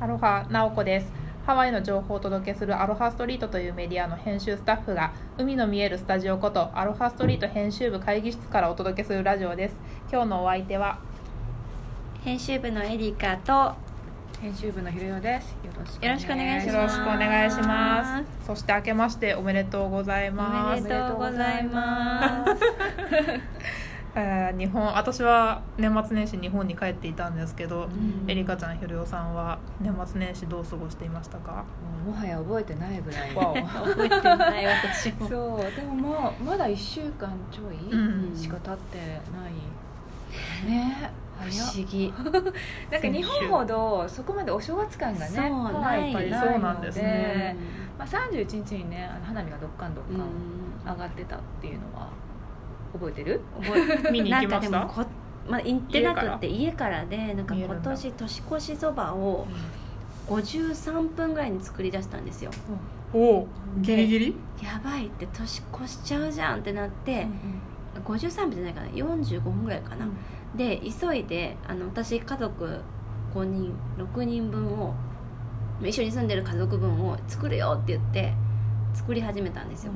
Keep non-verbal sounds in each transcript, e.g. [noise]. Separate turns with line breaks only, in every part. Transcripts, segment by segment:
アロハナオコですハワイの情報をお届けするアロハストリートというメディアの編集スタッフが海の見えるスタジオことアロハストリート編集部会議室からお届けするラジオです今日のお相手は
編集部のエリカと
編集部のひろよです。よろしく
よろしくお願いし
よ
ます
ろしくお願いしますそして明けましておめでとうござい
お
ま
め
す
でとうございます
えー日本私は年末年始日本に帰っていたんですけど、
うん
エリカちゃんひろよさんは年末年始どう過ごしていましたか
もうもはや覚えてないぐら
[laughs]
い。
覚えてない私も
[laughs] そう、でもまあまだ一週間ちょ
うん
いしか経ってない。ね、
不
早っ。
思議
なんか日本ほどそこまでお正月感がね、
そうない
ハワイ
やっぱりそうなんですね
まあ三十一日にね、あの花火がどっかんどっ
う
か
ん
ん上がってたっていうのは覚えてる？
覚
[laughs]
え
見に行きました
なんかでもこ、まあ、行ってなくて家からでなんか
見える
今
んだ
年年越しそばを53分ぐらいに作り出したんですよ
おおギ
ギリ
リ
ギ
ギリ
やばいって年越しちゃうじゃんってなって、53分じゃないかな45分ぐらいかな、で急いであの私家族5人6人分を一緒に住んでる家族分を作るよって言って作り始めたんですよ、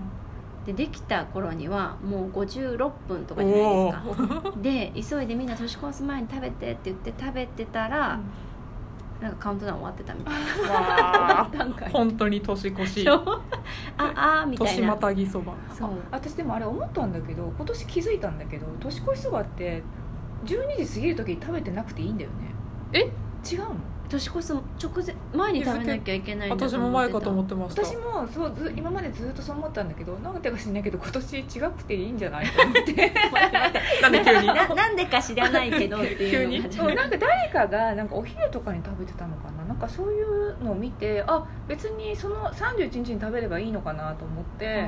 でできた頃にはもう56分とかじゃないですかで急いでみんな年越す前に食べてって言って食べてたら、なんかカウントダウン終わってたみたいな
わー
[laughs] 段階。
本当に年越し
[laughs] ああーみたい
年
な
またぎそば
そう
私でもあれ思ったんだけど今年気づいたんだけど年越しそばって12時過ぎる時に食べてなくていいんだよね
え
違うの
年越す直前前に食べなきゃいけないんだ
私も前かと
[laughs]
思
っ
ってました
私もそうず今までずっとそう思ったんだけどなんでか知んないけど今年違くていいんじゃないと思って
[laughs] なんで急に
[laughs] ななんでか知らないけどっていうのが
急
そうなんか誰かがなんかお昼とかに食べてたのかななんかそういうのを見てあ別にその31日に食べればいいのかなと思って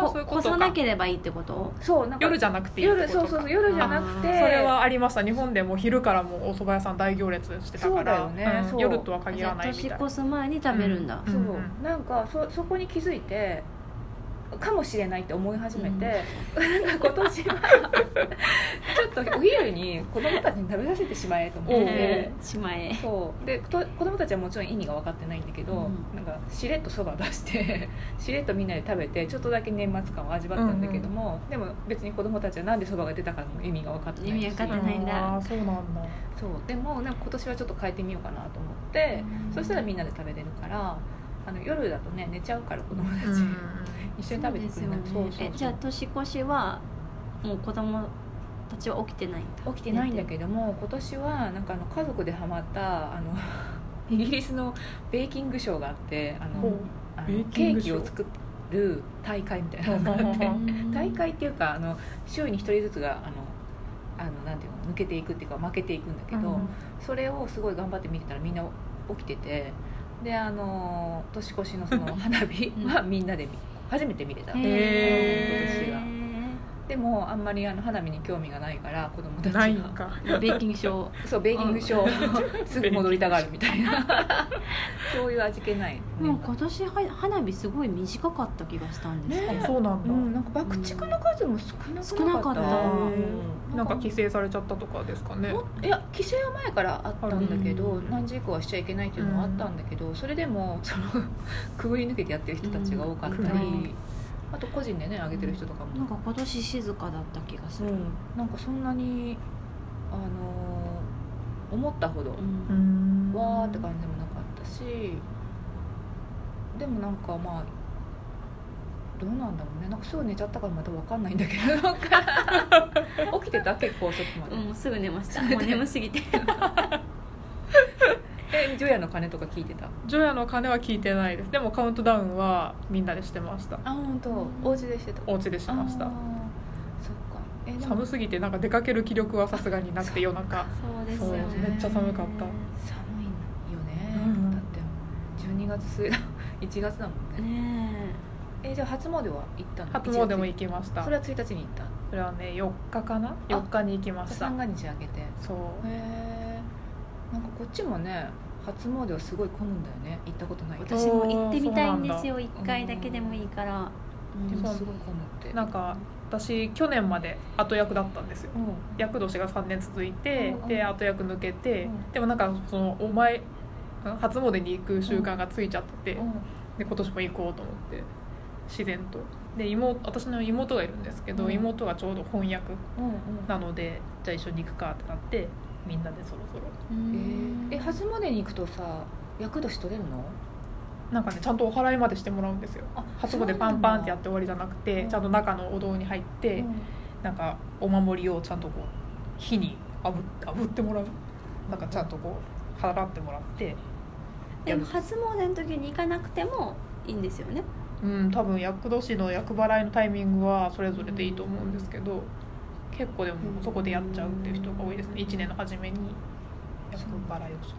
あー
こ
そういうことか
越さなければいいってこと
そうなんか
夜じゃなくていいって
夜
ことか
そうそうそう夜じゃなくて
あ
それはありました日本でも昼からもうお蕎麦屋さん大行列してたから
そうだよね
ん
そう
夜とは限
じゃ
ら
あ
ないみたい
年
な
越す前に食べるんだ、
うん
そう、
うん
なんかそそこに気づいてかもしれないって思い始めて、
[laughs]
なんか今年はちょっとお昼に子供たちに食べさせてしまえと思っ
え
て。
ーしまえ
そうでと子供たちはもちろん意味が分かってないんだけど、
うん
なんかしれっとそば出して [laughs] しれっとみんなで食べてちょっとだけ年末感を味わったんだけども、でも別に子供たちはなんでそばが出たかも意味が分かってないし
意味分かってないんだ
あーそうなんだ
そうでもなんか今年はちょっと変えてみようかなと思って、そしたらみんなで食べれるからあの夜だとね寝ちゃうから子供たち、一緒に食べてくれない
そうですよねえじゃあ年越しはもう子供たちは起きてないんだ
起きてないんだけども今年はなんかあの家族でハマったあのイギリスのベーキングショーがあってあ
ほう
のあの
ベーキン
ケー
グシ
キ
ョー
を作る大会みたいなのがあっ
ほうほう
て
ほう
大会っていうかあの週に一人ずつがあのあのなんていうの抜けていくっていうか負けていくんだけど、
うん
それをすごい頑張って見てたらみんな起きててであの年越しのその花火はみんなで見初めて見れた、
へ
へ
でもあんまりあの花火に興味がないから子供たちが
ないんか
ーベーキングショー
そうベーキングショーすぐ戻りたがるみたいな [laughs] そういう味気ない、ね
もう今年は花火すごい短かった気がしたんですけど、
ね
あそうなんだ、
うん、なんか爆竹の数も少なくなかった
少な
あ
か
ー
うん
なんか規制されちゃったとかですかね
もいや規制は前からあったんだけど、
うん
何時以降はしちゃいけないっていうのはあったんだけど、それでもその [laughs] くぐり抜けてやってる人たちが多かったり、
うん
あと個人でね上げてる人とかも、
なんか今年静かだった気がす
う
る、
んなんかそんなに、あのー思ったほど、
うん
ん
わーって感じでもなかったしでもなんかまあどうなんだろうねなんかすぐ寝ちゃったからまた分かんないんだけどなんか起きてた結構遅くまで、
うん、すぐ寝ましたもう眠すぎて
えジョヤの鐘とか聞いてた
ジョヤの鐘は聞いてないですでもカウントダウンはみんなでしてました
あ本当お家でしてた
お家でしました
あーそっかえでも
寒すぎてなんか出かける気力はさすがになくて夜中
そうですす
よ
よ
ね
ね
めっちゃ寒かった
寒いよね、
うん
だって12月 [laughs] 末だ1月だもんね
ね
えじゃあ初詣は行ったの
初詣も
行っ
行きました
たそれは1日に行った
それはね4日かな4日に行きました
三が日あげてへ
そう
えんかこっちもね初詣はすごい混むんだよね行ったことないけど
私も行ってみたいんですよ一
なんだ
回だけでもいいから、
で
うん
もすごい混むって
なんか私去年まで後役だったんですよ
うん
役年が3年続いて、
うんうん
で後役抜けて、
うん
でもなんかそのお前初詣に行く習慣がついちゃってて、
うん
で今年も行こうと思って自然とで妹私の妹がいるんですけど、
うん
妹がちょうど翻訳
うん
なのでじゃあ一緒に行くかってなってみんなでそろそろ
えー、え初詣に行くとさ厄年取れるの
なんかねちゃんとお払いまでしてもらうんですよ
あ
初詣パンパンってやって終わりじゃなくて、
うん
ちゃんと中のお堂に入って、なんかお守りをちゃんとこう火にあぶ炙ってもらうなんかちゃんとこう払ってもらって
でも初詣の時に行かなくてもいいんですよね
うん多分厄年の厄払いのタイミングはそれぞれでいいと思うんですけど結構でもそこでやっちゃうっていう人が多いですね1年の初めに厄払いをす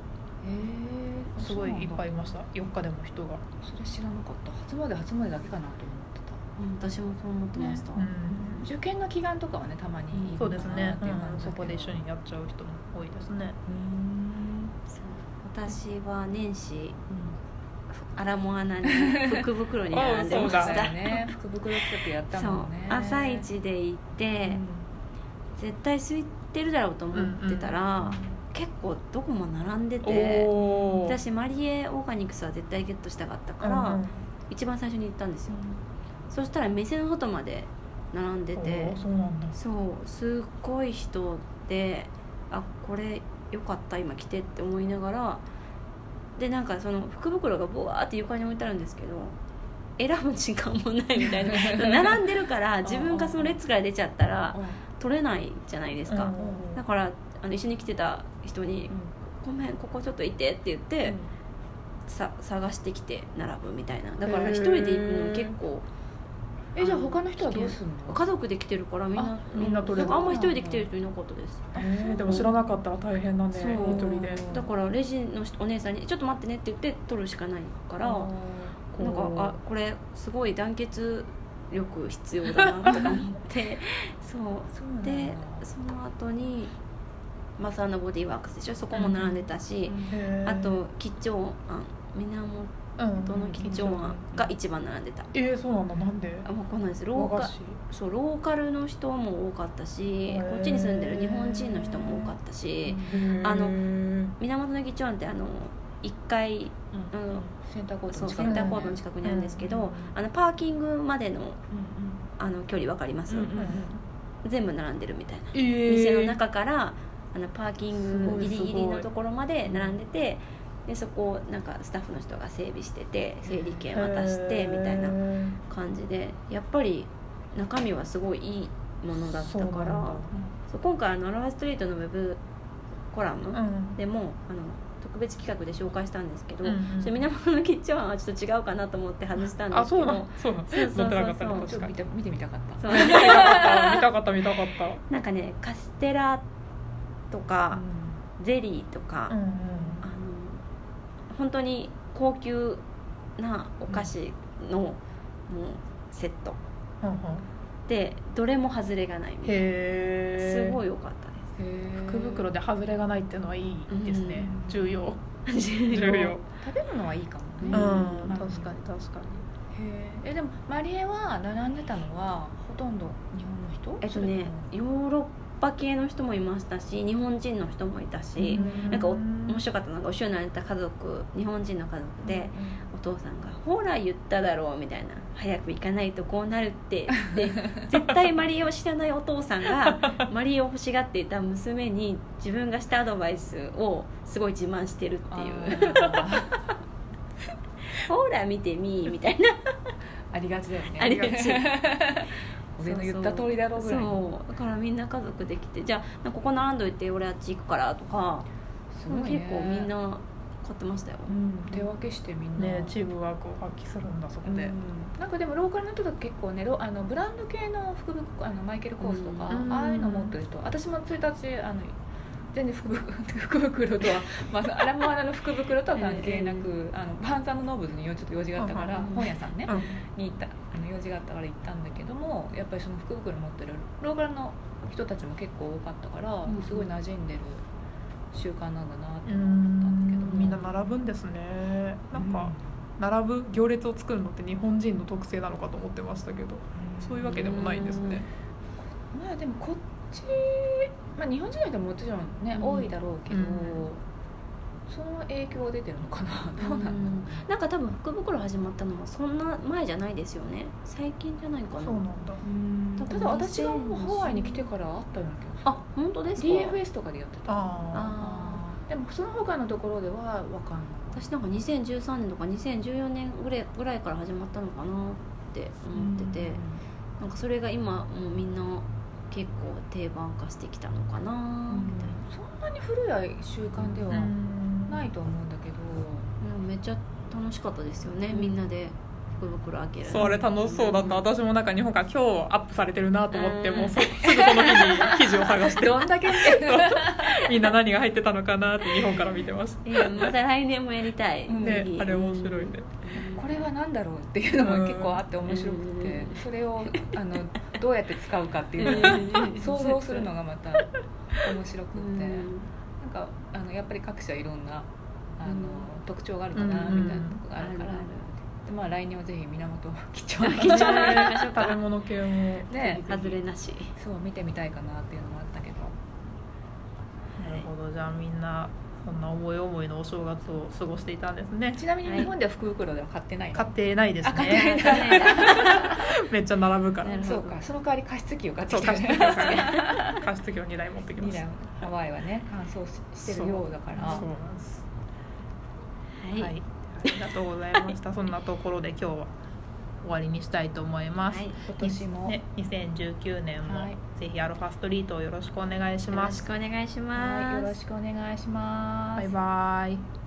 え
るすごいいっぱいいました4日でも人が、
それ知らなかった初詣初詣だけかなと思ってた
うん私もそう思ってました、
うん、
受験の祈願とかはねたまにいいの
そう
か
で
な
すね
っていう感、
う
じ
ん、そ
だけど
こで一緒にやっちゃう人も多いですね
うーん
そう私は年始アラモアナに福袋に並
そ
んで
そ
ま
う
う
した
だ
だよね福袋企画やった
そ
も
うん
ね
朝一で行って、
うん
絶対空いてるだろうと思ってたら、結構どこも並んでて
おー
私マリエオーガニクスは絶対ゲットしたかったから、一番最初に行ったんですよ、そしたら店の外まで並んで
お
て
ーそうなんだ
そうすっごい人であこれよかった今来てって思いながらでなんかその福袋がボワーって床に置いてあるんですけど選ぶ時間もない
[laughs]
みたいな並んでるから自分がその列から出ちゃったら取れないじゃないですか、
うん
だからあの一緒に来てた人に「ごめんここちょっといて」って言って、さ探してきて並ぶみたいなだから
へー
一人で行くの結構
えじゃあ他の人はどうするの
家族で来てるからみんな
あみんな取れる
あんま一人で来てる人いなかったです
えーでも知らなかったら大変だね
そう
一人で
だからレジのお姉さんに「ちょっと待ってね」って言って取るしかないから
あ
なんかあこれすごい団結力必要だなとか思って
[laughs]
そう
そうなんだ
でその後にマサーのボディーワークスでしょそこも並んでたし、
へー
あと吉兆庵源
うん
の吉兆庵が一番並んでた、
えー、そうなんだなんで
あ分かんないですロ
和
ー
菓
カ
子
そうローカルの人も多かったし
へー
こっちに住んでる日本人の人も多かったしあの源の吉兆庵ってあの1階の
センターコート
そ
の
う
近
セ
く
ン
だ
タ
よ
ー
ね
コートの近くにあるんですけど、
うん
あのパーキングまでの
うんうん
あの距離分かります、
うんうん
全部並んでるみたいな
えー
店の中からあのパーキン
す
グ
ごい
ギ
すご
リ
い
ギリのところまで並んでてでそこをなんかスタッフの人が整備してて整理券渡してみたいな
へ
感じでやっぱり中身はすごいいいものだった
そう
か
なんだ
らそう今回あのアロハストリートのウェブコラム
ーうん
でもあの特別企画で紹介したんですけど、
うんうん
ちょっと源のキッチンはちょっと違うかなと思って外したんで
あ
すけ
そう
ど
なんそうなん
そうそう
乗
そう
ってなかったね
そう
ちょ
確
っと
かに
見て見てみたかった
そう
見 [laughs] たかった見たかった見たかった
なんかねカステラとか
う
ゼリーとか、
うん
あの本当に高級なお菓子のもうセット
うんうんうん
でどれも外れがないみたいな
へ
す
え
ごい
い
良かったで
んへー
福袋で外れがないっていうのはいいですね
うん
重要
す
重要
食べ物はいいかも
う
う
んん
ね
確かに確かに
へーえでもマリエは並んでたのはほとんど日本の人
えっとねヨーロッパ系の人もいましたし日本人の人もいたし、なんかお面白かったのが後ろに並んでた家族日本人の家族で、お父さんが「ほら言っただろう」みたいな「早く行かないとこうなるって」で絶対マリエを知らないお父さんが
[laughs]
マリエを欲しがっていた娘に自分がしたアドバイスをすごい自慢してるっていう
ていうあ
「ほら見てみ」みたい
[laughs]
な
ー [laughs] ありがちだよね
[laughs] ありがち
[laughs] 俺の言った通りだろうぐらいの
そうだからみんな家族できて「じゃあここ並んどいて俺あっち行くから」とか、
す
結
ごいね
構みんな買ってましたよ
うん手分けしてみんな
ねチームワークを発揮するんだそこ
うん
で、
なんかでもローカルの人とか結構ねロあのブランド系の福袋あのマイケル・コースとか、
うん
ああいうの持ってる人私も1日あの全然福袋福袋とは、まあ、アラモアナの福袋とは関係なく、あのバンサム・ノーブズによちょっと用事があったから、
うん
うん
本屋さんね、
うん
に行ったあの用事があったから行ったんだけどもやっぱりその福袋持ってるローカルの人たちも結構多かったから、
うん
すごい馴染んでる習慣なんだなって
うー
ん
んみんな並ぶんですねなんか、並ぶ行列を作るのって日本人の特性なのかと思ってましたけどそういうわけでもないんですね
まあでもこっち、まあ、日本人の人ももちろんね、
うん
多いだろうけど、
うん
その影響は出てるのかなどうなんだろう、
[laughs] なんか多分福袋始まったのもそんな前じゃないですよね最近じゃないかな
そうなんだ
うんただ私がもうハワイに来てからあったような気がする
あ本当ですか
DFS とかでやってた
あ
あ
でもその他のところでは分かん
ー私なんか2013年とか2014年ぐらいぐらいから始まったのかなって思
ない
ってて、なんかそれが今もうみんな結構定番化してきたのかな
うん
みたい
そんなに古い習慣で
あ
はないと思うんだけど、
な、うん、めっちゃ楽しかったですよね、みんなで福袋開ける
それ楽しそうだった
ん
私もなんか日本から今日アップされてるなと思って
うん
もうそすぐその日に記事を探して [laughs]
[laughs] どんだけって
みんな何が入ってたのかなって日本から見てました
いやまた来年もやりたい、
うん
ね
ぜひ
あれ面白いね
これは何だろうっていうのも結構あって面白くて
うん
それをあのどうやって使うかっていうのを
うん
想像するのがまた面白く
う
て、
ん
なんかあのやっぱり各社いろんなあの、
うん
特徴があるかな
うん
みたいなとこがあるから、
ある
でまあ来年はぜひ源を貴重な
貴重な食べ物系も
ね
ある外れなし
そう見てみたいかなっていうのもあったけど
なるほどじゃあみんなそんな思い思いのお正月を過ごしていたんですね
ちなみに
はい
日本では福袋では買ってないの、
買ってないです
あ買って
ね
ない
[laughs] めっちゃ並ぶか
な
ら
る
そうかその代わり加湿器を買って
そう
きた
加
よ
湿
ね
器
[laughs]
ですね加湿器を2台持ってきま
二
した
台ハワイはね乾燥ししてるようだから
そうなんです
はい、
はい、ありがとうございました。そんなところで今日は終わりにしたいと思います。
はい、よ
今年も、
ね、2019年も、
はい
ぜひアロハストリートをよろしくお願いしま
ろ
す
しく。お願いし
は
ま
い
す
よろしくお願いします
バイバイ。